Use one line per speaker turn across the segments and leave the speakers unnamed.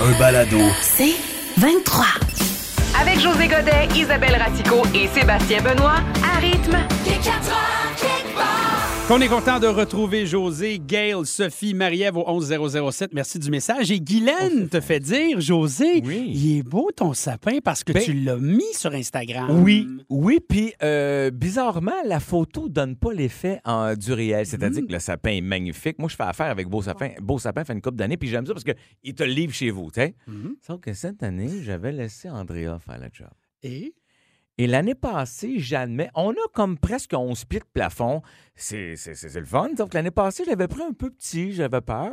Un balado.
C'est 23.
Avec José Godet, Isabelle Ratico et Sébastien Benoît, à rythme.
Qu'on est content de retrouver José, Gail, Sophie, Marie-Ève au 11007. Merci du message. Et Guylaine te fait dire, José,
Oui.
il est beau ton sapin parce que
Ben-
tu l'as mis sur Instagram.
Oui, oui, puis euh, bizarrement, la photo donne pas l'effet en- du réel. C'est-à-dire que le sapin est magnifique. Moi, je fais affaire avec Beau Sapin. Beau Sapin fait une coupe d'années, puis j'aime ça parce qu'il te le livre chez vous, tu sais. Sauf que cette année, j'avais laissé Andrea faire le job.
Et
Et l'année passée, j'admets, on a comme presque 11 pieds de plafond. C'est c'est- c'est- c'est le fun. Donc l'année passée, j'avais pris un peu petit, j'avais peur.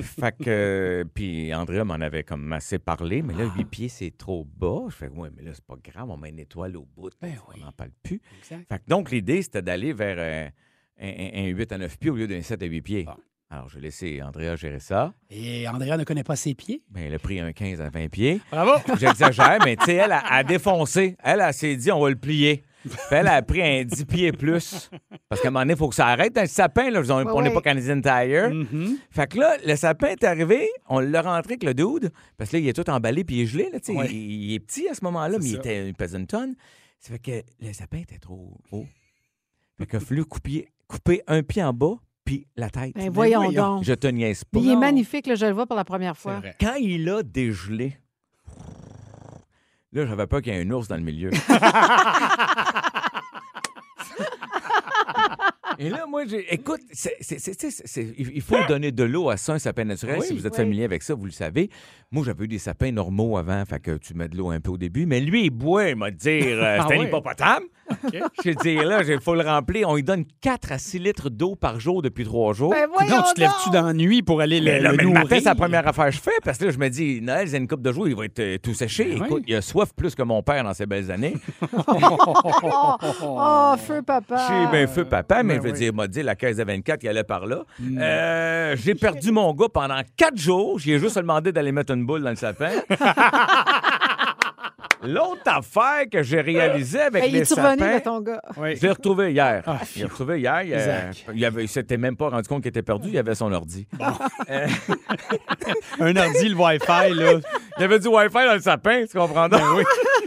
fait que. Puis Andrea m'en avait comme assez parlé, mais là,
Ah.
8 pieds, c'est trop bas. Je fais, ouais, mais là, c'est pas grave, on met une étoile au bout. là,
Ben
on
oui.
n'en parle plus.
exact.
Fait que donc, l'idée, c'était d'aller vers euh, un, un- un 8 à 9 pieds au lieu d'un 7 à 8 pieds.
Bon.
Alors, j'ai laissé Andrea gérer ça.
Et Andrea ne connaît pas ses pieds.
Mais elle a pris un 15 à 20 pieds.
Bravo!
J'exagère, mais tu sais, elle a, a défoncé. Elle, elle s'est dit, on va le plier. Puis elle a pris un 10 pieds plus. Parce qu'à un moment donné, il faut que ça arrête. Dans le sapin, là, on on n'est pas Canadian Tire.
Mm-hmm.
Fait que là, le sapin est arrivé, on l'a rentré avec le dude. Parce que là, il est tout emballé puis il est gelé. Là, tu sais.
Ouais.
il, il est petit à ce moment-là, mais il,
ça.
était, il pesait une tonne. Ça fait que le sapin était trop haut. Fait qu'il a fallu couper, couper un pied en bas puis la tête. hein.
Ben, voyons
voyons.
donc.
Je te niaise pas
Il est magnifique, là, je le vois pour la première
C'est
fois.
vrai.
quand il a dégelé, là, j'avais peur qu'il y ait un ours dans le milieu. Et là, moi, j'ai- écoute, c'est- c'est- c'est- c'est- c'est- il il faut donner de l'eau à ça, un sapin naturel. Si vous êtes
Oui.
familier avec ça, vous le savez. Moi, j'avais eu des sapins normaux avant, fait que tu mets de l'eau un peu au début. Mais lui, il boit, il m'a dit, euh,
Ah
c'est un
oui.
hippopotame. J'ai dit, là, il faut le remplir. On lui donne 4 à 6 litres d'eau par jour depuis 3 jours.
Ben voyons
non, tu te lèves-tu
donc.
dans la nuit pour aller le,
Mais là,
Ben, le
mais le
nourrir?
matin, c'est la première affaire que je fais parce que là, je me dis, Noël, j'ai une coupe de jours, il va être euh, tout séché.
Ben
Écoute,
oui. Ah.
il a soif plus que mon père dans ses belles années.
Oh, oh, feu papa.
J'ai bien feu papa, mais
ben
je veux
oui. Hmm.
dire, il m'a dit la 15 à 24 qui allait par là. Euh, j'ai perdu mon gars pendant quatre jours. J'ai juste demandé d'aller mettre une boule dans le sapin. L'autre affaire que j'ai réalisée avec
Ben, il
les
est revenu,
sapins...
là, ton gars.
Oui.
Je l'ai retrouvé hier.
Ah,
je l'ai retrouvé hier. Il, euh,
Isaac.
il, avait, il s'était même pas rendu compte qu'il était perdu. Il avait son ordi.
Un ordi, le Wi-Fi, là, Ben
Il avait du Wi-Fi dans le sapin, tu comprends? donc?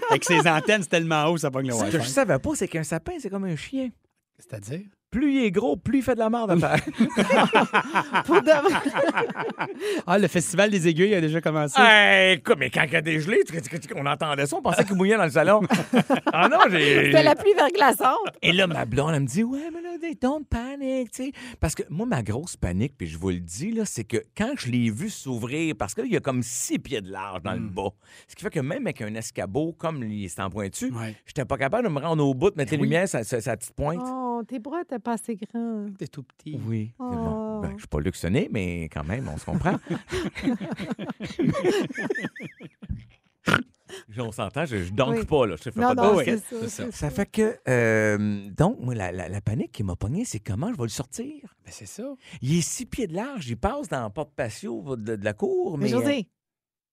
avec ses antennes c'est tellement haut, ça pogne le
Ce que je
Wi-Fi.
savais pas, c'est qu'un sapin, c'est comme un chien.
C'est-à-dire?
Plus il est gros, plus il fait de la merde à faire.
Pour de vrai.
Ah, le Festival des aiguilles a déjà commencé.
hey, écoute, mais quand il a dégelé, tu- tu- tu- on entendait ça, on pensait qu'il mouillait dans le salon. ah non, j'ai.
C'était la pluie verglaçante.
Et là, ma blonde, elle me dit, ouais, mais là, don't panic, tu sais. Parce que moi, ma grosse panique, puis je vous le dis, là, c'est que quand je l'ai vu s'ouvrir, parce que là, il y a comme six pieds de large dans le bas. Ce qui fait que même avec un escabeau, comme il est en pointu,
Ouais.
j'étais pas capable de me rendre au bout, de mettre les lumières, sa, sa- sa petite pointe.
Oh, tes bras étaient pas assez grands.
T'es tout petit.
Oui, c'est bon.
Oh.
Ben, je suis pas luxonné, mais quand même, on se comprend. on s'entend, je, je donk
Oui.
pas, là. Je te fais
Non,
pas de
non,
basket.
c'est ça,
ça.
c'est ça.
fait que, euh, donc, moi, la, la- la panique qui m'a pogné, c'est comment je vais le sortir.
Ben, c'est ça.
Il est six pieds de large, il passe dans le porte-patio de, de la cour, mais.
Mais
euh,
José,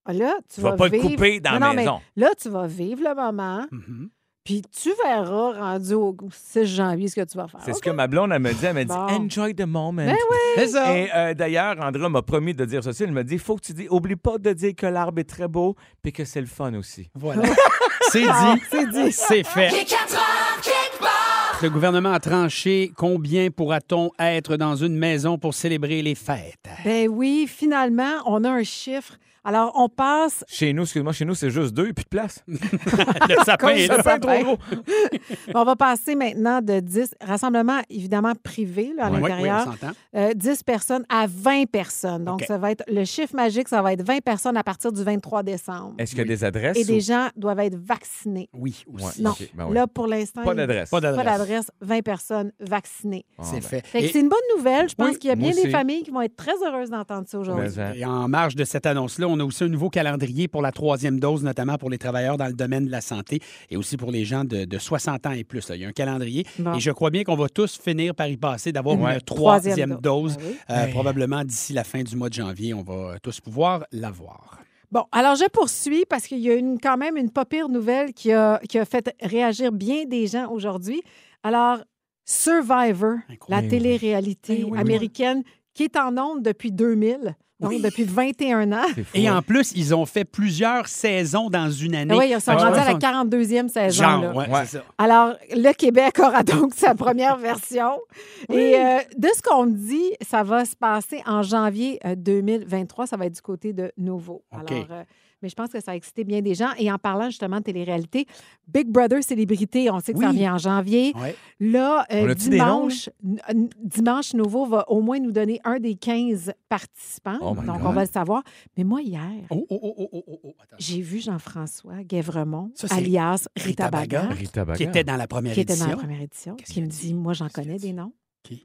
là, tu,
tu vas pas
vivre-
le couper dans
Non,
la
non, mais
maison. Mm-hmm.
Là, tu vas vivre le moment,
Mhm.
puis tu verras rendu au 6 janvier ce que tu vas faire.
C'est ce que ma blonde, elle me dit. Elle me dit,
Ah, Bon.
enjoy the moment.
Ben
C'est ça.
Et euh, d'ailleurs, André m'a promis de dire ceci. Il me dit, faut que tu dis, oublie pas de dire que l'arbre est très beau puis que c'est le fun aussi.
Voilà. C'est dit. C'est dit. C'est fait. Le gouvernement a tranché. Combien pourra-t-on être dans une maison pour célébrer les fêtes?
Ben oui, finalement, on a un chiffre. Alors, on passe.
Chez nous, excuse-moi, chez nous, c'est juste deux et plus de place.
Le sapin
Comme
est
ça,
là.
ça va. On va passer maintenant de 10 rassemblements, évidemment privés là, à
Oui, oui,
l'intérieur,
on s'entend.
euh, 10 personnes à 20 personnes. Donc,
OK.
ça va être le chiffre magique, ça va être 20 personnes à partir du 23 décembre.
Est-ce qu'il y a des adresses?
Et
ou-
des gens doivent être vaccinés.
Oui, aussi.
Ouais,
Non,
ok, ben oui.
là, pour l'instant,
Pas
il-
d'adresse.
Pas d'adresse.
Pas d'adresse. reste 20 personnes vaccinées.
Ah,
C'est
ben.
fait.
Fait que
Et-
c'est une bonne nouvelle. Je pense
Oui,
qu'il y a
moi
bien des
aussi.
familles qui vont être très heureuses d'entendre ça aujourd'hui.
Mais, hein.
Et en marge de cette annonce-là, on a aussi un nouveau calendrier pour la troisième dose, notamment pour les travailleurs dans le domaine de la santé et aussi pour les gens de, de 60 ans et plus. là. Il y a un calendrier.
Bon.
Et je crois bien qu'on va tous finir par y passer, d'avoir
Ouais.
une troisième,
Ah. Troisième
dose.
dose. Ah oui.
Euh, Probablement d'ici la fin du mois de janvier, on va euh, tous pouvoir l'avoir.
Bon, alors je poursuis parce qu'il y a une, quand même une pas pire nouvelle qui a, qui a fait réagir bien des gens aujourd'hui. Alors, Survivor,
Incroyable.
la télé-réalité américaine qui est en onde depuis 2000, donc depuis 21 ans.
C'est fou,
Et
hein.
en plus, ils ont fait plusieurs saisons dans une année.
Ah oui, ils sont
Fait que
rendus à
je
la
pense
42e
qu'on-
saison. là.
Genre, ouais,
Ouais.
c'est ça.
Alors, le Québec aura donc sa première version. Et euh, de ce qu'on me dit, ça va se passer en janvier euh, 2023. Ça va être du côté de Nouveau.
OK.
Alors, euh, mais je pense que ça a excité bien des gens. Et en parlant justement de télé-réalité, Big Brother Célébrité, on sait que ça
Oui.
revient en janvier.
Ouais.
Là, euh,
On a-tu des noms,
dimanche, n- n- dimanche Nouveau va au moins nous donner un des 15 participants.
Oh my
donc,
God.
on va le savoir. Mais moi, hier,
Oh, oh, oh, oh, oh, oh, oh, attends.
j'ai vu Jean-François Guévremont,
Ça, c'est
alias Rita
Rita Baga.
Baga
Rita Baga.
Qui était dans la première
qui était dans la
édition.
première édition,
Qu'est-ce
qui
qu'il
me
a dit?
dit, moi, j'en
Qu'est-ce qu'il a
connais
dit?
des noms.
Qui?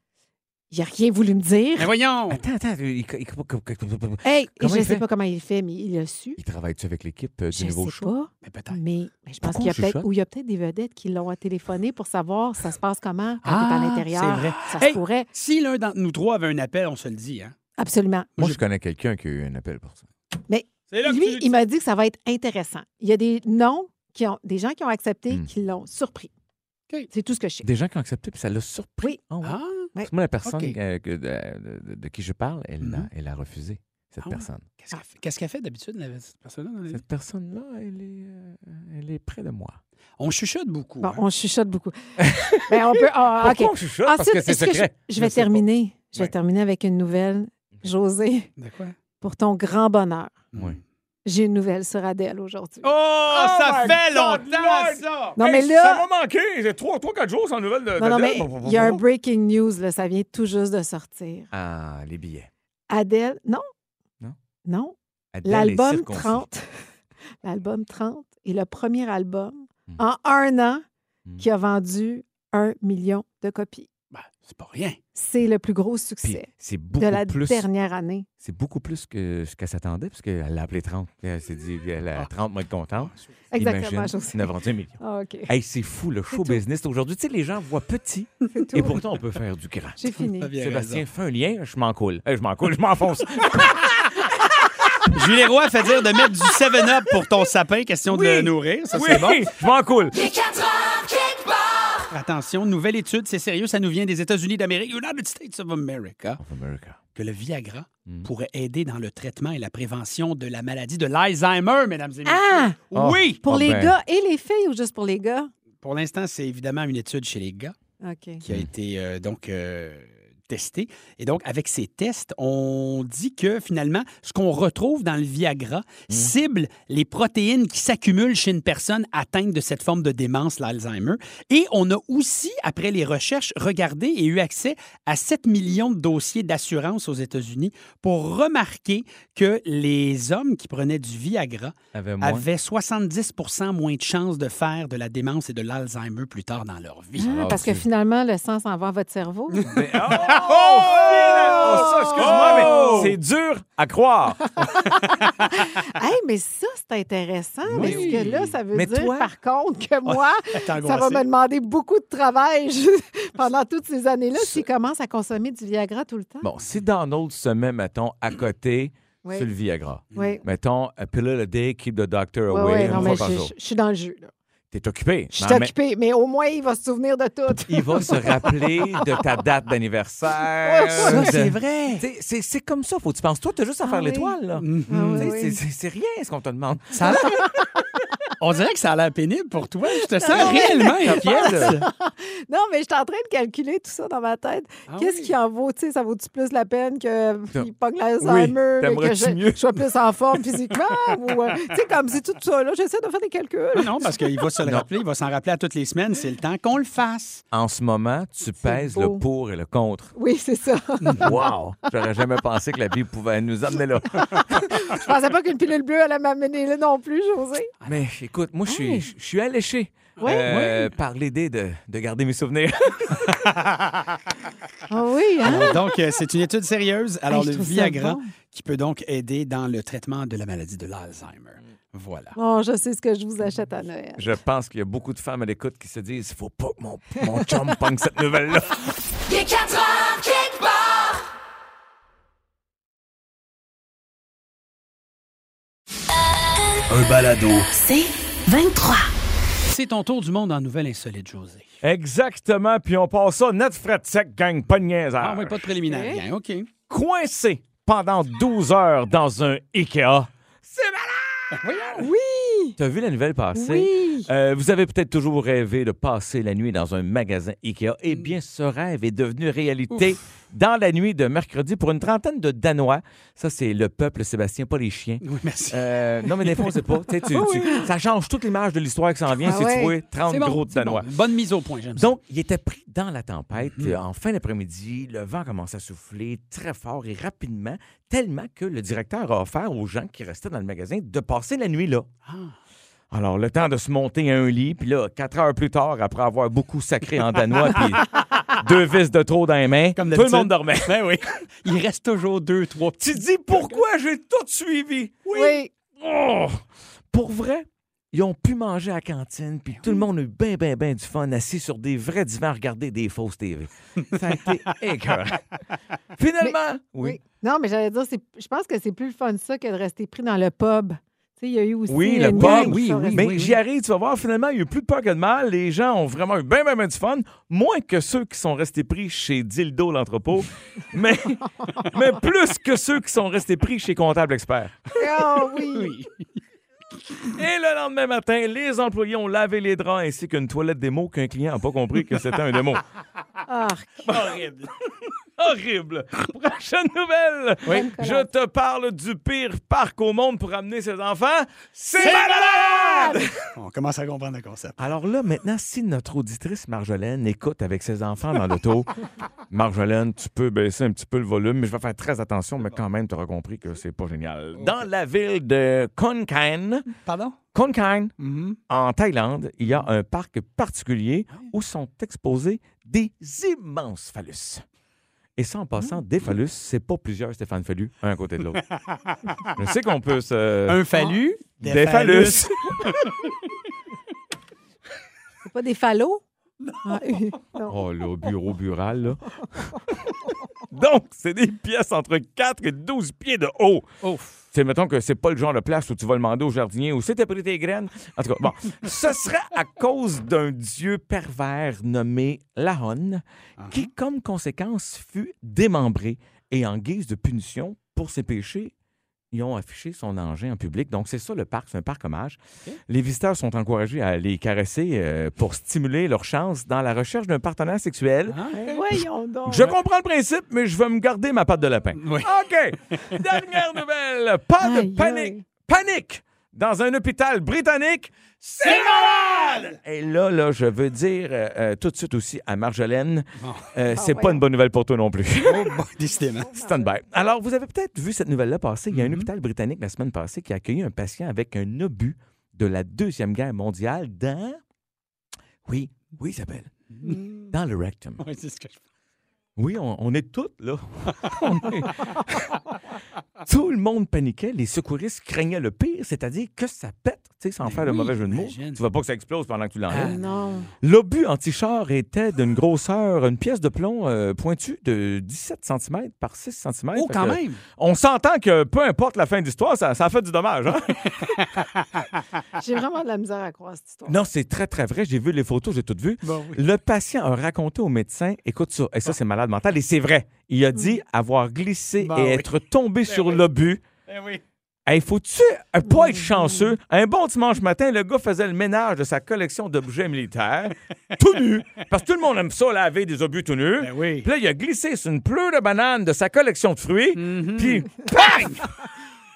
Ben
Il n'a rien voulu me dire.
Mais voyons!
Attends, attends. Il, il-
Hey, et
Comment
je
il
ne sais
fait?
pas comment il fait, mais il a su.
il travaille-tu avec l'équipe euh,
Je
du
ne sais
nouveau
pas,
show?
Mais peut-être.
mais, mais je pense
Pourquoi
qu'il y a
on
peut-être
chuchote?
ou il y a peut-être des vedettes qui l'ont téléphoné pour savoir ça se passe comment quand t'es
Ah,
à l'intérieur.
c'est vrai.
Ça
Hey!
se pourrait.
Si l'un d'entre nous trois avait un appel, on se le dit. Hein?
Absolument.
Moi, je connais quelqu'un qui a eu un appel pour ça.
C'est là que
Lui,
tu-
il m'a dit que ça va être intéressant. Il y a des noms qui ont des gens qui ont accepté,
Hmm.
qui l'ont surpris.
OK.
C'est tout ce que je sais.
Des gens qui ont accepté, puis ça l'a surpris.
Oui.
Ah ouais.
Ah,
Parce que moi, la personne
Ok.
euh, que- de, de- de qui je parle, elle, l'a-
Mhm.
elle a refusé, cette
Ah ouais.
personne.
qu'est-ce qu'elle fait- qu'est-ce qu'elle fait d'habitude, la- cette personne-là? dans la vie?
Cette personne-là, elle est, euh, elle est près de moi.
On chuchote beaucoup.
Bon,
hein?
on chuchote beaucoup. Mais on peut. ah, OK.
Pourquoi on chuchote? Parce que c'est
est-ce que je,
secret.
je vais
sais pas.
terminer. Je vais
Ouais.
terminer avec une nouvelle. José,
De quoi? Hmm.
pour ton grand bonheur,
Oui.
j'ai une nouvelle sur Adèle aujourd'hui.
Oh, ça
my
fait
God,
longtemps,
Lord!
ça!
non,
Hey, euh,
mais là.
m'a manqué! J'ai 3-4 jours sans nouvelles de
Non, non, mais
d'Adèle.
il y a un breaking news, là, ça vient tout juste de sortir.
Ah, les billets.
Adèle, non.
Non?
Non.
Adèle est
L'album
circoncis.
30. L'album 30 est le premier album
Hmm.
en un an
Hmm.
qui a vendu un million de copies.
Ben, c'est pas rien.
C'est le plus gros
Puis
succès
c'est
de la
beaucoup plus.
dernière année.
C'est beaucoup plus que ce qu'elle s'attendait, parce qu'elle l'a appelé 30. Elle s'est dit, elle a 30, moi, être contente.
Ah. Exactement,
Imagine,
José.
on a vendu un million.
Ah, OK.
Hey, c'est fou, le show
tout.
business. Aujourd'hui, tu sais, les gens voient petit,
C'est tout.
et pourtant, on peut faire du grand.
J'ai fini.
T'as bien
Sébastien, fais un lien, je m'en coule. Hey, je m'en coule, je m'enfonce.
raison. Julie Roy fait dire de mettre du 7-Up pour ton sapin, question de
Oui.
le nourrir. Ça,
oui,
c'est bon.
je m'en coule.
Attention, nouvelle étude, c'est sérieux, ça nous vient des États-Unis d'Amérique, United States of America, que le Viagra
Mm.
pourrait aider dans le traitement et la prévention de la maladie de l'Alzheimer, mesdames et messieurs.
Ah!
Oui!
Pour
Ah
les
ben.
gars et les filles ou juste pour les gars?
Pour l'instant, c'est évidemment une étude chez les gars.
OK.
qui a
Mm.
été euh, donc euh, testé. Et donc, avec ces tests, on dit que finalement, ce qu'on retrouve dans le Viagra
Mm.
cible les protéines qui s'accumulent chez une personne atteinte de cette forme de démence, l'Alzheimer. Et on a aussi, après les recherches, regardé et eu accès à 7 millions de dossiers d'assurance aux États-Unis pour remarquer que les hommes qui prenaient du Viagra
Avait moins.
avaient 70 moins de chances de faire de la démence et de l'Alzheimer plus tard dans leur vie.
Ah,
Alors,
parce que
tu-
finalement, le sang s'en va à votre cerveau.
Mais- Oh! Oh, ça, excuse-moi, mais c'est dur à croire.
hey, mais ça, c'est intéressant.
Oui.
Parce que là, ça veut
Mais
dire,
toi-
par contre, que moi, ça va me demander beaucoup de travail pendant toutes ces années-là s'ils commencent à consommer du Viagra tout le temps.
Bon, si Donald se met, mettons, à côté
Oui.
sur le Viagra,
Oui.
mettons, a pill a day, keep the doctor
Oui,
away,
oui,
une
non,
fois
mais
par
je
jour.
je- je suis dans le jeu. là.
T'es occupé.
Je suis
mais en
occupée, mais au moins, il va se souvenir de tout.
même- Il va se rappeler de ta date d'anniversaire.
Ça, c'est
de-
vrai.
T'sais, C'est c'est comme ça, faut que tu penses. Toi, t'as juste à
Ah
faire
oui.
l'étoile, là.
Ah oui,
T'sais, c'est-
oui.
C'est c'est rien ce qu'on te demande.
Ça a l'air- On dirait que ça a l'air pénible pour toi. Je te sens réellement inquiète.
Non, mais je suis en train de calculer tout ça dans ma tête.
Ah
Qu'est-ce
oui.
qui en vaut, tu sais, ça vaut-tu plus la peine que
Ça-
il pogne l'Alzheimer, mais que
t'aimerais-tu
je,
mieux?
je sois plus en forme physiquement? ou, euh, tu sais, comme c'est tout ça, là, j'essaie de faire des calculs.
Ah Non, parce qu'il va se le rappeler, il va s'en rappeler à toutes les semaines. C'est le temps qu'on le fasse.
En ce moment, tu pèses
beau. Mm-hmm.
le pour et le contre.
Oui, c'est ça. Je
Wow! J'aurais jamais pensé que la vie pouvait nous amener là.
pensais pas qu'une pilule bleue allait m'amener là non plus, José.
Ah, Mais écoute, moi, je suis- je suis alléché.
Oui.
Euh, Par l'idée de, de garder mes souvenirs.
Ah oui, hein?
Alors, donc, euh, c'est une étude sérieuse. Alors,
je
le
trouve ça
Viagra,
bon.
qui peut donc aider dans le traitement de la maladie de l'Alzheimer. Voilà.
Bon, je sais ce que je vous achète à Noël.
Je pense qu'il y a beaucoup de femmes à l'écoute qui se disent faut pas que mon, mon chum pogne cette nouvelle-là.
Il est 4 heures quelque part. Un balado.
C'est 23.
C'est ton tour du monde en nouvelle insolite, José.
Exactement. Puis on passe ça, notre fret sec gang, pas de niaisage.
Ah oui, pas de préliminaire. Bien, OK.
Coincé pendant 12 heures dans un Ikea. C'est
Oui!
T'as vu la nouvelle passer?
Oui!
Euh, vous avez peut-être toujours rêvé de passer la nuit dans un magasin Ikea. Eh bien, ce rêve est devenu réalité dans la nuit de mercredi pour une trentaine de Danois. Ça, c'est le peuple, Sébastien, pas les chiens.
Oui, merci.
Euh, non, mais des fois, on sait pas. Tu sais, tu- tu- ça change toute l'image de l'histoire qui s'en vient
Ah
si
ouais.
tu vois 30
C'est bon,
gros de
c'est
Danois.
bon. Bonne mise au point, j'aime ça.
Donc, il était pris dans la tempête.
Mhm.
Euh, En fin d'après-midi, le vent commençait à souffler très fort et rapidement, tellement que le directeur a offert aux gens qui restaient dans le magasin de passer la nuit là.
Ah.
Alors, le temps de se monter à un lit, puis là, quatre heures plus tard, après avoir beaucoup sacré en danois, puis deux vis de trop dans les mains,
Comme
tout le
d'habitude. Ben
monde dormait. oui.
Il reste toujours deux, trois petits.
Tu te dis pourquoi j'ai tout suivi?
Oui.
Oh! Pour vrai, ils ont pu manger à la cantine, puis tout le monde a eu bien, bien, bien du fun, assis sur des vrais divans à regarder des fausses TV. Ça a été écœurant. Finalement, oui.
Oui. Non, mais j'allais dire, c'est- je pense que c'est plus le fun ça que de rester pris dans le pub. Tu sais, il y a eu aussi.
Oui, le
une
pub,
gang qui
oui,
sont
oui.
restés-
Mais j'y arrive, tu vas voir, finalement, il n'y a eu plus de peur que de mal. Les gens ont vraiment eu bien, bien, bien du fun, moins que ceux qui sont restés pris chez Dildo, l'entrepôt, mais, mais plus que ceux qui sont restés pris chez Comptable Expert.
Ah oui.
Et le lendemain matin, les employés ont lavé les draps ainsi qu'une toilette démo qu'un client n'a pas compris que c'était un démo.
Arc.
Horrible. Horrible. Prochaine nouvelle. Je te parle du pire parc au monde pour amener ses enfants. C'est malade!
On commence à comprendre le concept.
Alors là, maintenant, si notre auditrice Marjolaine écoute avec ses enfants dans l'auto, Marjolaine, tu peux baisser un petit peu le volume, mais je vais faire très attention, mais quand même, tu auras compris que c'est pas génial. Dans la ville de Konkan,
Pardon?
Khon Kaen,
Mm-hmm.
en Thaïlande, il y a un parc particulier où sont exposés des immenses phallus. Et ça, en passant, des phallus, c'est pas plusieurs Stéphane Fallu, un à côté de l'autre. Je sais qu'on peut se... Ah,
Un phallus,
Des, phallus.
C'est pas des phallos? Ah, euh, non.
Oh, là, au bureau bural, là. Donc, c'est des pièces entre 4 et 12 pieds de haut.
Ouf.
C'est mettons que c'est pas le genre de place où tu vas demander au jardinier où c'est t'as pris tes graines. En tout cas, bon, ce serait à cause d'un dieu pervers nommé Lahon, qui, comme conséquence, fut démembré. Et en guise de punition pour ses péchés, ils ont affiché son engin en public. Donc, c'est ça le parc, c'est un parc hommage. Les visiteurs sont encouragés à les caresser euh, pour stimuler leurs chances dans la recherche d'un partenaire sexuel.
Hein?
Voyons donc.
Je comprends le principe, mais je vais me garder ma pâte de lapin.
Oui.
OK. Dernière nouvelle. Pas
Aïe,
de panique.
aïe.
Panique dans un hôpital britannique. C'est malade! Et là, là, je veux dire euh, euh, tout de suite aussi à Marjolaine, euh, c'est pas
voyons.
une bonne nouvelle pour toi non plus.
Oh, bon, décidément.
Stand by. Alors, vous avez peut-être vu cette nouvelle-là passer. Il y a un hôpital britannique la semaine passée qui a accueilli un patient avec un obus de la Deuxième Guerre mondiale dans. Oui, oui, Isabelle. Dans le rectum.
Oui, c'est ce que je
Oui, on, on est toutes, là. On est- Tout le monde paniquait. Les secouristes craignaient le pire, c'est-à-dire que ça pète, tu sais, sans faire de
Ben oui,
mauvais jeu de mots.
j'imagine.
Tu vas pas que ça explose pendant que tu
Ah,
l'enlèves.
non.
L'obus anti-char était d'une grosseur, une pièce de plomb euh, pointue de 17 cm par 6 cm.
Oh, quand même!
On s'entend que peu importe la fin de l'histoire, ça, ça a fait du dommage. hein?
J'ai vraiment de la misère à croire cette histoire.
non, c'est très, très vrai. J'ai vu les photos, j'ai toutes vues.
Bon, oui. Ah.
Le patient a raconté au médecin, écoute ça, et ça c'est malade mental, et c'est vrai. Il a dit avoir glissé
Ben
et
Mm. oui.
être tombé sur
oui.
l'obus.
Eh oui. Mm.
Il faut-tu euh, pas être chanceux? Un bon dimanche matin, le gars faisait le ménage de sa collection d'objets militaires, tout nu, parce que tout le monde aime ça, laver des obus tout nus.
Ben oui.
Puis là, il a glissé sur une pleure de bananes de sa collection de fruits,
Mm-hmm.
puis bang!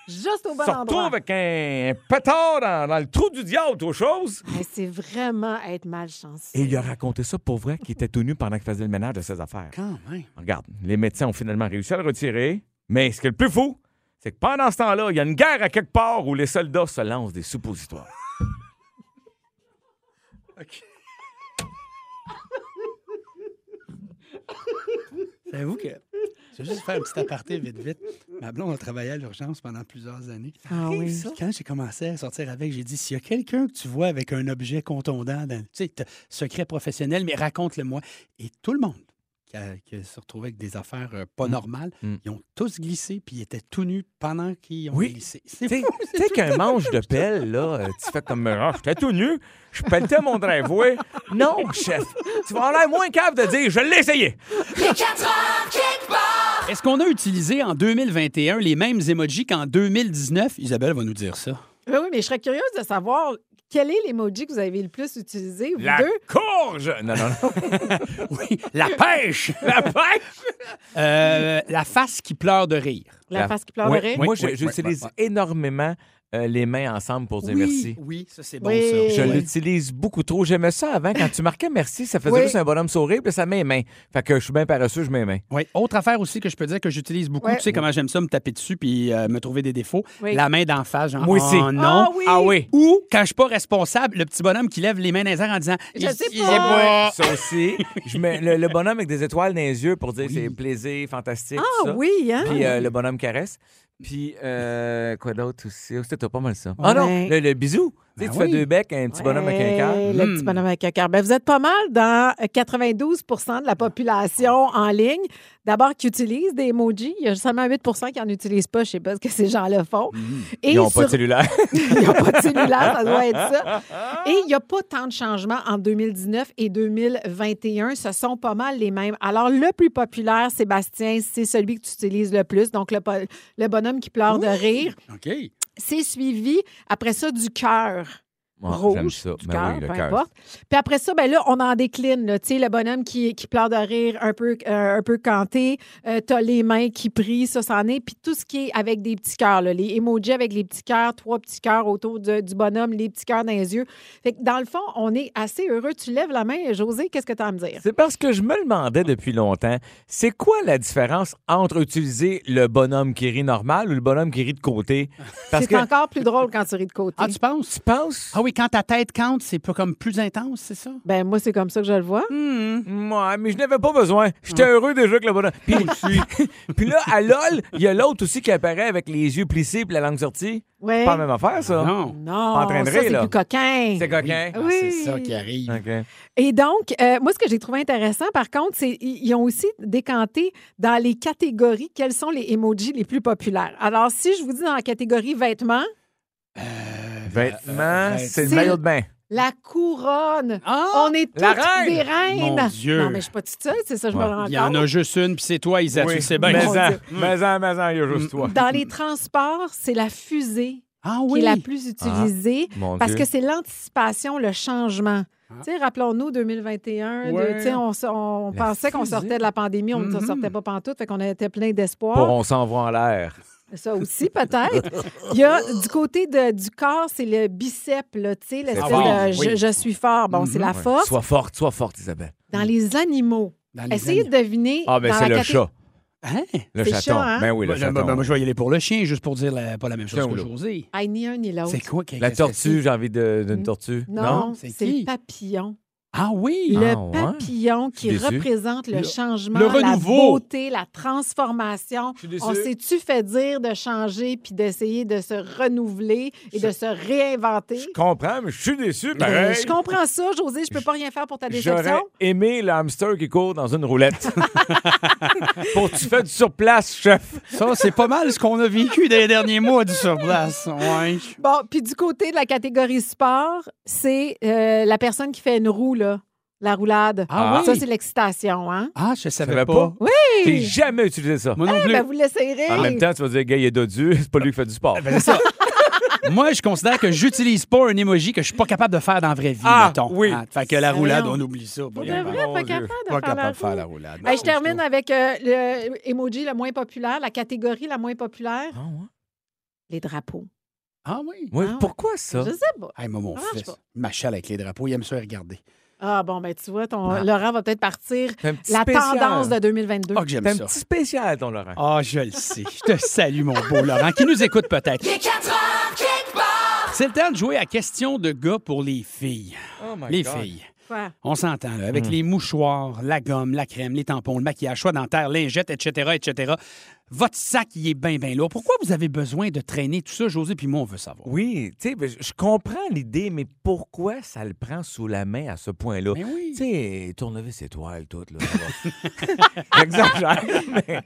Juste au bon
se retrouve
endroit.
avec un pétard dans, dans le trou du diable, autre chose.
Mais c'est vraiment être malchanceux.
Et il a raconté ça pour vrai qu'il était tout nu pendant qu'il faisait le ménage de ses affaires.
Quand même.
Regarde, les médecins ont finalement réussi à le retirer, mais ce qui est le plus fou, c'est que pendant ce temps-là, il y a une guerre à quelque part où les soldats se lancent des suppositoires.
J'avoue que. Je vais juste faire un petit aparté vite, vite. Ma blonde a travaillé à l'urgence pendant plusieurs années.
Ah oui.
Puis Quand j'ai commencé à sortir avec, j'ai dit s'il y a quelqu'un que tu vois avec un objet contondant, dans, tu sais, t'as secret professionnel, mais raconte-le-moi. Et tout le monde qui, a- qui se retrouvait avec des affaires euh, pas normales,
Mm.
ils ont tous glissé, puis ils étaient tout nus pendant qu'ils ont
Oui.
glissé.
Tu
C'est
sais-
fou,
tu sais qu'un manche de pelle, là, euh, tu fais comme, ah, j'étais tout nu, je pelletais mon driveway. Non, chef, tu vas en l'air moins capable de dire, je l'ai essayé.
Les 4 heures kickbox.
Est-ce qu'on a utilisé en 2021 les mêmes emojis qu'en 2019? Isabelle va nous dire ça.
Ben oui, mais je serais curieuse de savoir quel est l'emoji que vous avez le plus utilisé, vous
La
deux.
courge! Non, non, non.
Oui, la pêche!
La pêche!
Euh, la face qui pleure de rire.
La,
La-
face qui pleure de
Ouais,
rire.
Moi,
Oui,
je-
oui,
j'utilise
oui,
énormément euh, les mains ensemble pour dire merci.
Oui, ça c'est
bon, Oui. ça.
Je
Oui.
l'utilise beaucoup trop. J'aimais ça avant. Quand tu marquais merci, ça faisait
Oui.
juste un bonhomme sourire, puis ça met les mains. Fait que je suis bien paresseux, je mets les mains.
Oui. Autre affaire aussi que je peux dire que j'utilise beaucoup,
Ouais.
tu sais comment j'aime ça me taper dessus puis euh, me trouver des défauts.
Oui.
La main d'en face, genre
Moi aussi.
oh non.
Ah oui.
Ah oui!
Ou quand je suis pas responsable, le petit bonhomme qui lève les mains dans les airs en disant
Je sais
Ici,
pas.
Ça aussi. Je mets le, le bonhomme avec des étoiles dans les yeux pour dire c'est plaisir, fantastique. tout
Ah
ça.
oui, hein?
Puis euh, le bonhomme caresse. Puis euh, quoi d'autre aussi? Oh, C'était pas mal ça. Ah non,
Ouais.
le, le bisou. Tu sais,
Ben
tu
oui.
fais deux becs, un petit bonhomme avec un cœur.
Hey, Le petit
Hmm.
bonhomme avec un cœur. Ben, vous êtes pas mal dans euh, 92 de la population en ligne. D'abord, qui utilise des emojis. Il y a seulement 8 qui n'en utilisent pas. Je ne sais pas ce que ces gens-là font. Et
Hmm. Ils n'ont pas
sur-
de cellulaire.
il n'y a pas de cellulaire, ça doit être ça. Et il n'y a pas tant de changements en 2019 et 2021. Ce sont pas mal les mêmes. Alors, le plus populaire, Sébastien, c'est celui que tu utilises le plus. Donc, le, po- le bonhomme qui pleure de rire.
OK.
C'est suivi, après ça, du cœur
Moi, j'aime
rouge,
ça.
du
Ben
cœur,
oui, le
peu
cœur.
importe. Puis après ça, ben là, on en décline. là. Tu sais, le bonhomme qui, qui pleure de rire, un peu, euh, un peu canté. Euh, T'as les mains qui prient, ça, c'en est. Puis tout ce qui est avec des petits cœurs, là, les emojis avec les petits cœurs, trois petits cœurs autour de- du bonhomme, les petits cœurs dans les yeux. Fait que dans le fond, on est assez heureux. Tu lèves la main, José, qu'est-ce que tu as à me dire?
C'est parce que je me demandais depuis longtemps, c'est quoi la différence entre utiliser le bonhomme qui rit normal ou le bonhomme qui rit de côté? Parce
C'est
que
encore plus drôle quand tu ris de côté.
Ah, tu penses?
tu penses...
Ah oui, quand ta tête compte, c'est pas comme plus intense, c'est ça?
Ben moi, c'est comme ça que je le vois.
Hmm. Ouais, mais je n'avais pas besoin. J'étais
Ah.
heureux déjà avec le bonhomme. Puis, puis là, à LOL, il y a l'autre aussi qui apparaît avec les yeux plissés et la langue sortie.
Ouais.
C'est Pas la même affaire, ça.
Non.
Non,
Pas en train de
ça,
rire,
c'est
là.
plus coquin.
C'est coquin.
Ah,
Oui.
C'est ça qui arrive.
OK.
Et donc, euh, moi, ce que j'ai trouvé intéressant, par contre, c'est ils ils ont aussi décanté dans les catégories quels sont les emojis les plus populaires. Alors, si je vous dis dans la catégorie vêtements,
Vêtements, c'est le
Euh, c'est-
maillot de bain.
la couronne.
Ah!
On est toutes
la reine!
des reines.
Mon Dieu.
Non, mais je suis pas toute seule, c'est ça, je me
Ouais.
rends
Il y en
compte.
a juste une, puis c'est toi, Isa. tu le sais bien.
Mon
Mais-en,
Dieu.
mais-en, mais-en, il y a juste toi.
Mm. Dans les transports, c'est la fusée
Ah
qui
oui.
est la plus utilisée
Mon
parce
Dieu.
que c'est l'anticipation, le changement. Tu sais, rappelons-nous 2021, de-
Ah. Ouais.
tu sais, on, s- on
La
pensait qu'on
fusée.
sortait de la pandémie, on ne
Mhm.
sortait pas pantoute, fait qu'on était plein d'espoir.
Pour on s'en va en l'air.
Ça aussi, peut-être. Il y a du côté de- du corps, c'est le bicep, là, tu sais, l'espèce
fort,
Ah
de
oui.
je, je suis fort. Bon, c'est la
Ouais.
force.
Sois forte, sois forte, Isabelle.
Dans les animaux,
Dans les
essayez
années-
de deviner.
Ah, ben
dans
c'est le
la catégorie-
chat.
Hein?
Le
C'est
chaton.
chat, hein?
Ben oui, le
Ben,
chaton.
ben, ben, moi, je vais y aller pour le chien, juste pour dire la- pas la même chose
Tiens,
que
là.
José.
Ah, ni un ni l'autre.
C'est quoi? qu'est-
La
qu'est-ce que
tortue, j'ai envie de- d'une
Mm.
tortue.
Non,
Non, c'est
c'est
qui?
le papillon.
Ah oui!
Le
Ah, ouais.
papillon
Je suis
qui
déçu.
représente le,
Le-
changement,
le
la
renouveau.
beauté, la transformation.
suis déçu.
On s'est-tu fait dire de changer puis d'essayer de se renouveler et de se réinventer?
Je comprends, mais je suis déçu.
Euh,
pareil.
Je comprends ça, José. Je peux pas rien faire pour ta
J'aurais
déception.
aimé le hamster qui court dans une roulette. Pour que tu fais du surplace, chef.
Ça, c'est pas mal ce qu'on a vécu dans les derniers mois du surplace. Ouais.
Bon, puis du côté de la catégorie sport, c'est euh, la personne qui fait une roue, là, la roulade.
Ah oui?
Ça, c'est l'excitation, hein?
Ah, je savais,
savais
pas. Eh,
pas?
Oui!
J'ai jamais utilisé ça.
Moi non plus.
Ben, vous l'essayerez.
En même temps, tu vas dire, gars, il est dodu, c'est pas lui qui fait du sport.
Ben, c'est ça. Moi, je considère que j'utilise pas un emoji que je suis pas capable de faire dans la vraie vie,
Ah,
mettons.
oui.
fait que la
Ah, Voyons.
roulade, on oublie ça.
Pour de
Pas
vrai, pas capable
pas
de faire la
capable de faire la
roue.
roulade. Ah,
Hey, je termine avec euh, le emoji le moins populaire, la catégorie la moins populaire,
Ah,
hein.
ouais?
les drapeaux.
Ah oui?
Ouais,
Ah, ouais.
pourquoi ça?
Ah, Je sais pas.
Hey, moi, mon
Ça marche
fils,
pas.
il m'achale avec les drapeaux, il aime ça regarder.
Ah bon, ben tu vois, ton
Ah.
Laurent va peut-être partir
T'es un petit
la
spécial.
tendance de 2022.
Ah, que j'aime
T'es un
ça.
petit spécial, ton Laurent.
Ah, je le sais. Je te salue, mon beau Laurent, qui nous écoute peut-être.
Les 4 heures kickbox.
C'est le temps de jouer à question de gars pour les filles.
Oh my
les
God. Mm.
filles.
Ouais.
On s'entend, là, avec les mouchoirs, la gomme, la crème, les tampons, le maquillage, soie dentaire, lingettes, etc., etc. Votre sac, il est bien, bien lourd. Pourquoi vous avez besoin de traîner tout ça, José, puis moi, on veut savoir.
Oui, tu sais, ben, je- je comprends l'idée, mais pourquoi ça le prend sous la main à ce point-là?
Mais oui.
Tu sais, tournevis étoile, tout, là. ça va. J'exagère, mais,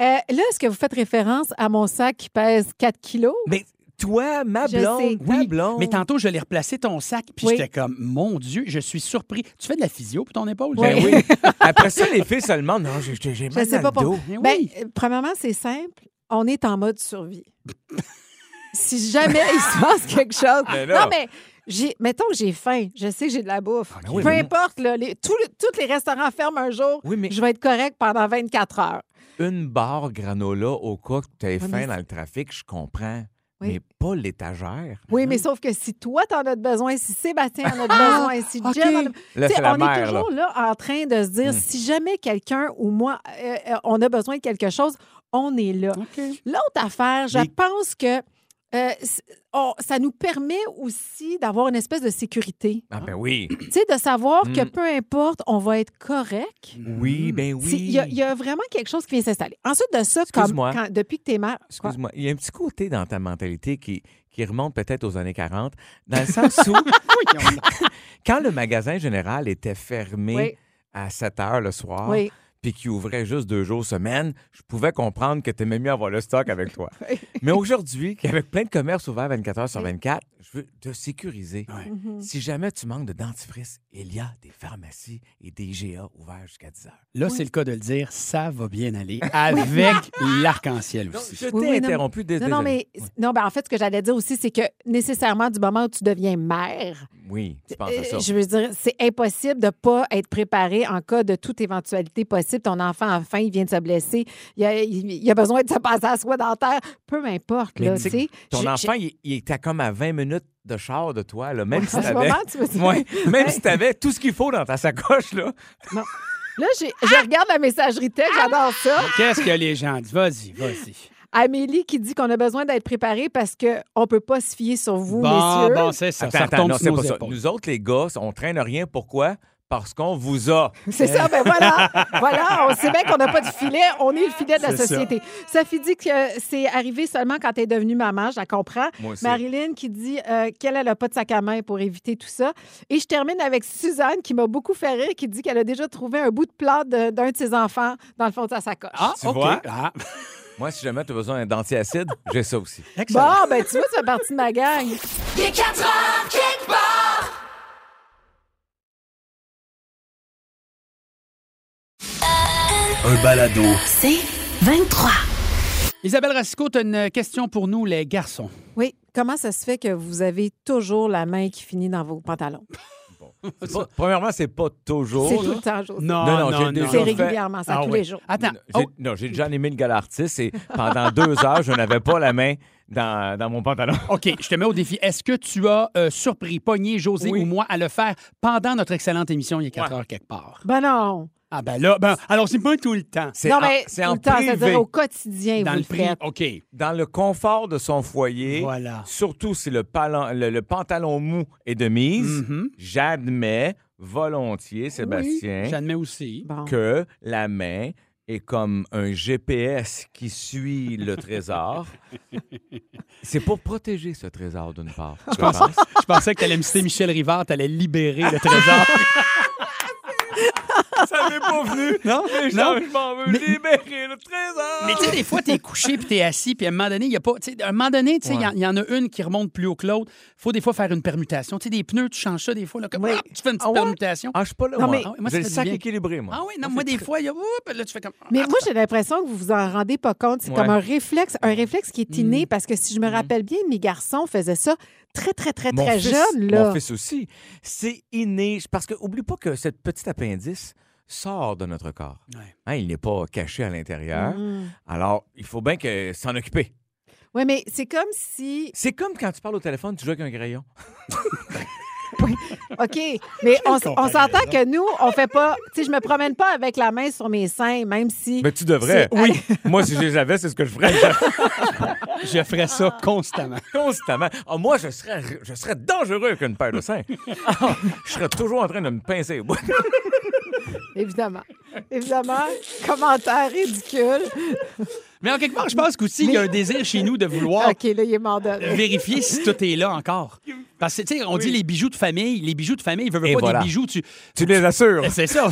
Euh, là, est-ce que vous faites référence à mon sac qui pèse 4 kilos?
mais toi, ma
Je
blonde,
sais.
ta blonde...
Mais tantôt, je l'ai replacé ton sac, puis
Oui.
j'étais comme, mon Dieu, je suis surpris. Tu fais de la physio pour ton épaule?
Ben oui. Après ça, les filles seulement, non, j'ai j'ai
Je
mal
sais
dans
pas
le dos.
pourquoi.
Eh
Ben,
oui.
euh, premièrement, c'est simple. On est en mode survie. si jamais il se passe quelque chose.
Mais là-
non, mais j'ai, mettons que j'ai faim. Je sais que j'ai de la bouffe.
ben oui,
Peu
mais-
importe, là, les, tous les- tous les restaurants ferment un jour.
Oui, mais-
Je vais être correct pendant 24 heures.
Une barre granola au cas que tu aies faim
Oui, mais-
dans le trafic, je comprends.
Oui.
Mais pas l'étagère.
Oui, mais sauf que si toi, t'en as de besoin, si Sébastien en a de besoin, si
OK.
Jen en a de
Là,
Tu sais,
c'est la
on est
mère, là. Mm.
toujours là. en train de se dire si jamais quelqu'un ou moi, euh, euh, on a besoin de quelque chose, on est là. L'autre affaire, je
Les-
pense que euh, c- on- ça nous permet aussi d'avoir une espèce de sécurité.
Ah ben oui.
Tu sais, de savoir que
Mm.
peu importe, on va être correct.
Oui, ben
C'est-
oui.
Il y, a- il y a vraiment quelque chose qui vient s'installer. Ensuite de ça, comme
Excuse-moi.
quand- depuis que t'es mère. quoi?
Excuse-moi, il y a un petit côté dans ta mentalité qui, qui remonte peut-être aux années 40, dans le sens où, quand le magasin général était fermé
Oui.
à 7 heures le soir,
Oui.
puis qu'il ouvrait juste deux jours semaine, je pouvais comprendre que tu aimais mieux avoir le stock avec toi. Mais aujourd'hui, qu'avec plein de commerces ouverts 24 heures sur 24, je veux te sécuriser.
Mm-hmm.
Si jamais tu manques de dentifrice, il y a des pharmacies et des IGA ouverts jusqu'à 10 heures.
Là, c'est le cas de le dire, ça va bien aller avec l'arc-en-ciel
Donc,
aussi.
je t'ai
Oui, oui, non,
interrompu. dés-
Non, non, mais,
désolé.
non, ben, en fait, ce que j'allais dire aussi, c'est que nécessairement, du moment où tu deviens mère,
Oui, tu penses à Ah, ça.
Euh, Je veux dire, c'est impossible de ne pas être préparé en cas de toute éventualité possible. Ton enfant a faim, il vient de se blesser, il a, il- il a besoin de se passer à soi dentaire, peu importe.
Mais
Là,
tu sais
tu sais.
Ton
Je-
enfant, il, il était comme à 20 minutes de char de toi, là, même
Ouais,
si
en ce
t'avais...
moment, tu veux dire?
Ouais, même si t'avais tout ce qu'il faut dans ta sacoche, là.
je- Là, j'ai- je regarde la messagerie texte, j'adore ça.
Qu'est-ce que les gens disent? Vas-y, vas-y.
Amélie qui dit qu'on a besoin d'être préparé parce qu'on ne peut pas se fier sur vous,
Bon,
messieurs.
bon, c'est ça. ça retombe
non,
sur
c'est
nos
pas ça.
épaules.
Nous autres, les gars, on traîne rien. Pourquoi? Parce qu'on vous a.
C'est ça, ben voilà. voilà, on sait bien qu'on n'a pas de filet, on est le filet de la
C'est ça.
société. Sophie dit que c'est arrivé seulement quand elle est devenue maman, je la comprends.
Moi aussi.
Marilyn qui dit euh, qu'elle elle a pas de sac à main pour éviter tout ça. Et je termine avec Suzanne qui m'a beaucoup fait rire, qui dit qu'elle a déjà trouvé un bout de plâtre de- d'un de ses enfants dans le fond de sa sacoche.
Ah,
Tu
OK.
vois?
Ah,
Moi, si jamais tu as besoin d'un dentier acide, j'ai ça aussi.
Bon,
excellent.
ben tu vois, tu fais partie de ma gang.
Il est 4 heures, kick bar.
Un balado.
C'est 23.
Isabelle Racicot, tu une question pour nous, les garçons.
Oui, comment ça se fait que vous avez toujours la main qui finit dans vos pantalons?
C'est pas- premièrement, c'est pas toujours.
C'est tout
là.
le temps, José.
Oh. Non, non, j'ai déjà
C'est
fait-
régulièrement, ça,
Ah
tous
oui.
les jours.
Attends.
J'ai-
Oh,
Non, j'ai déjà animé le gala artiste et pendant deux heures, je n'avais pas la main dans, dans mon pantalon.
Oh, OK, je te mets au défi. Est-ce que tu as euh, surpris, pogné José
Oui.
ou moi à le faire pendant notre excellente émission il y a 4 heures quelque part?
Ben non.
Ah ben là, ben, alors c'est pas tout le temps.
C'est
non,
en-
mais
c'est
tout
en
le temps,
privé.
c'est-à-dire au quotidien,
Dans
vous
le
le
prix.
faites.
OK.
dans le confort de son foyer,
Voilà.
Ah. surtout si le, palan- le- le pantalon mou est de mise,
Mhm.
j'admets volontiers,
Oui,
Sébastien,
J'admets aussi.
Bon.
que la main est comme un GPS qui suit le trésor. C'est pour protéger ce trésor, d'une part. Je pense.
Je pensais que t'allais me citer Michel Rivard, t'allais libérer le trésor.
Ça m'est pas venu.
Non,
Mais
non.
je m'en veux
Mais-
libérer le trésor.
Mais tu sais, des fois, t'es couché puis t'es assis, puis à un moment donné, il y a pas. tu sais, À un moment donné, tu sais, il y en- il y, en a une qui remonte plus haut que l'autre. faut des fois faire une permutation. Tu sais, des pneus, tu changes ça des fois. Là, comme, hop, tu fais une petite
Ah ouais?
permutation.
Ah, je suis pas là,
Non,
moi.
mais-
Ah oui, moi, ça
J'ai le
fait du
sac
bien.
équilibré, moi.
Ah oui, non, moi, des fois, il y a. oup, là, tu fais comme.
Mais moi, j'ai l'impression que vous vous en rendez pas compte. C'est
Ouais. Mm.
comme un réflexe, un réflexe qui est inné, parce que si je me rappelle bien, mes garçons faisaient ça très, très, très,
Mon
très
fils-
jeunes. Là.
Mon fils aussi. C'est inné. Parce que oublie pas que cette petite appendice sort de notre corps.
Ouais.
Hein, il n'est pas caché à l'intérieur. Alors, il faut bien que s'en occuper.
Oui, Mm. mais c'est comme si.
C'est comme quand tu parles au téléphone, tu joues avec un crayon.
Oui. OK. Mais on, s- on s'entend que nous, on fait pas. Tu sais, je me promène pas avec la main sur mes seins, même si.
Mais Ben, tu devrais.
C'est-
Oui. Moi, si je les avais, c'est ce que je ferais.
Je ferais ça constamment.
Constamment. Ah, moi, je serais, je serais dangereux avec une paire de seins. Ah, je serais toujours en train de me pincer. les bois.
Évidemment. Évidemment. Commentaire ridicule.
Mais en quelque part, je pense qu'aussi, il y a un désir chez nous de
Oh.
vouloir
OK, là, il est mort de-
vérifier si tout est là encore. Parce que, tu sais, on dit les bijoux de famille. Les bijoux de famille, ils veulent pas
Et voilà.
des bijoux. Tu...
tu les assures.
C'est ça.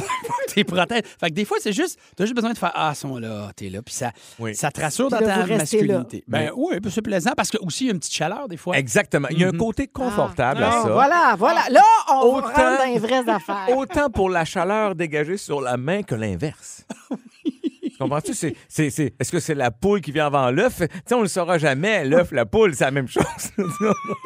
Tes protèges. Fait que des fois, c'est juste, t'as juste besoin de faire Ah, ils sont là, t'es là. Puis ça,
Oui.
ça te rassure dans
Puis là,
ta
vous restez là.
masculinité. Ben oui, puis c'est plaisant parce que aussi, il y a une petite chaleur des fois.
Exactement. Il y a un côté confortable à
Non,
ça.
Voilà, voilà. Là, on
Autant-
rentre dans les vraies affaires.
Autant pour la chaleur dégagée sur la main que l'inverse.
Ah
Tu Comprends-tu? C'est- c'est- c'est- Est-ce que c'est la poule qui vient avant l'œuf? Tu sais, on ne le saura jamais. hein, L'œuf, la poule, c'est la même chose.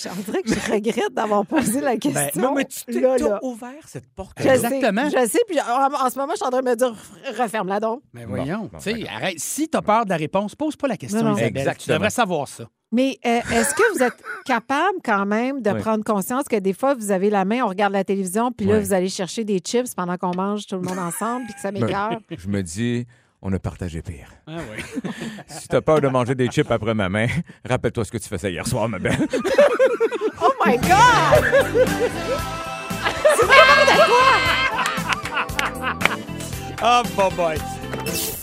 Je on dirait que je regrette d'avoir posé la
Ben,
question.
non, mais tu t'es
là,
t'as
là.
ouvert cette porte.
Je
Exactement.
sais, je sais, puis en, en ce moment, je suis en train de me dire, referme-la donc.
Mais
Bon,
voyons.
bon,
tu sais, arrête. Si t'as peur de la réponse, pose pas la question,
Non, non.
Isabelle. Tu
Exactement.
devrais savoir ça.
Mais euh, est-ce que vous êtes capable quand même de
Oui.
prendre conscience que des fois, vous avez la main, on regarde la télévision, puis là,
Ouais.
vous allez chercher des chips pendant qu'on mange tout le monde ensemble, puis que
Ben
ça m'écœure?
Je me dis, on a partagé pire.
Ah oui.
Si t'as peur de manger des chips après ma main, rappelle-toi ce que tu faisais hier soir, ma belle.
Oh my God!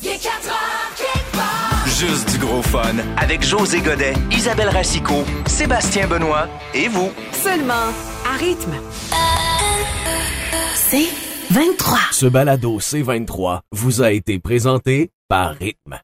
Il est 4 heures quelque part.
Juste du gros fun.
Avec José Godet, Isabelle Racicot, Sébastien Benoît et vous.
Seulement à rythme.
C'est 23.
Ce balado C23 vous a été présenté par Rythme.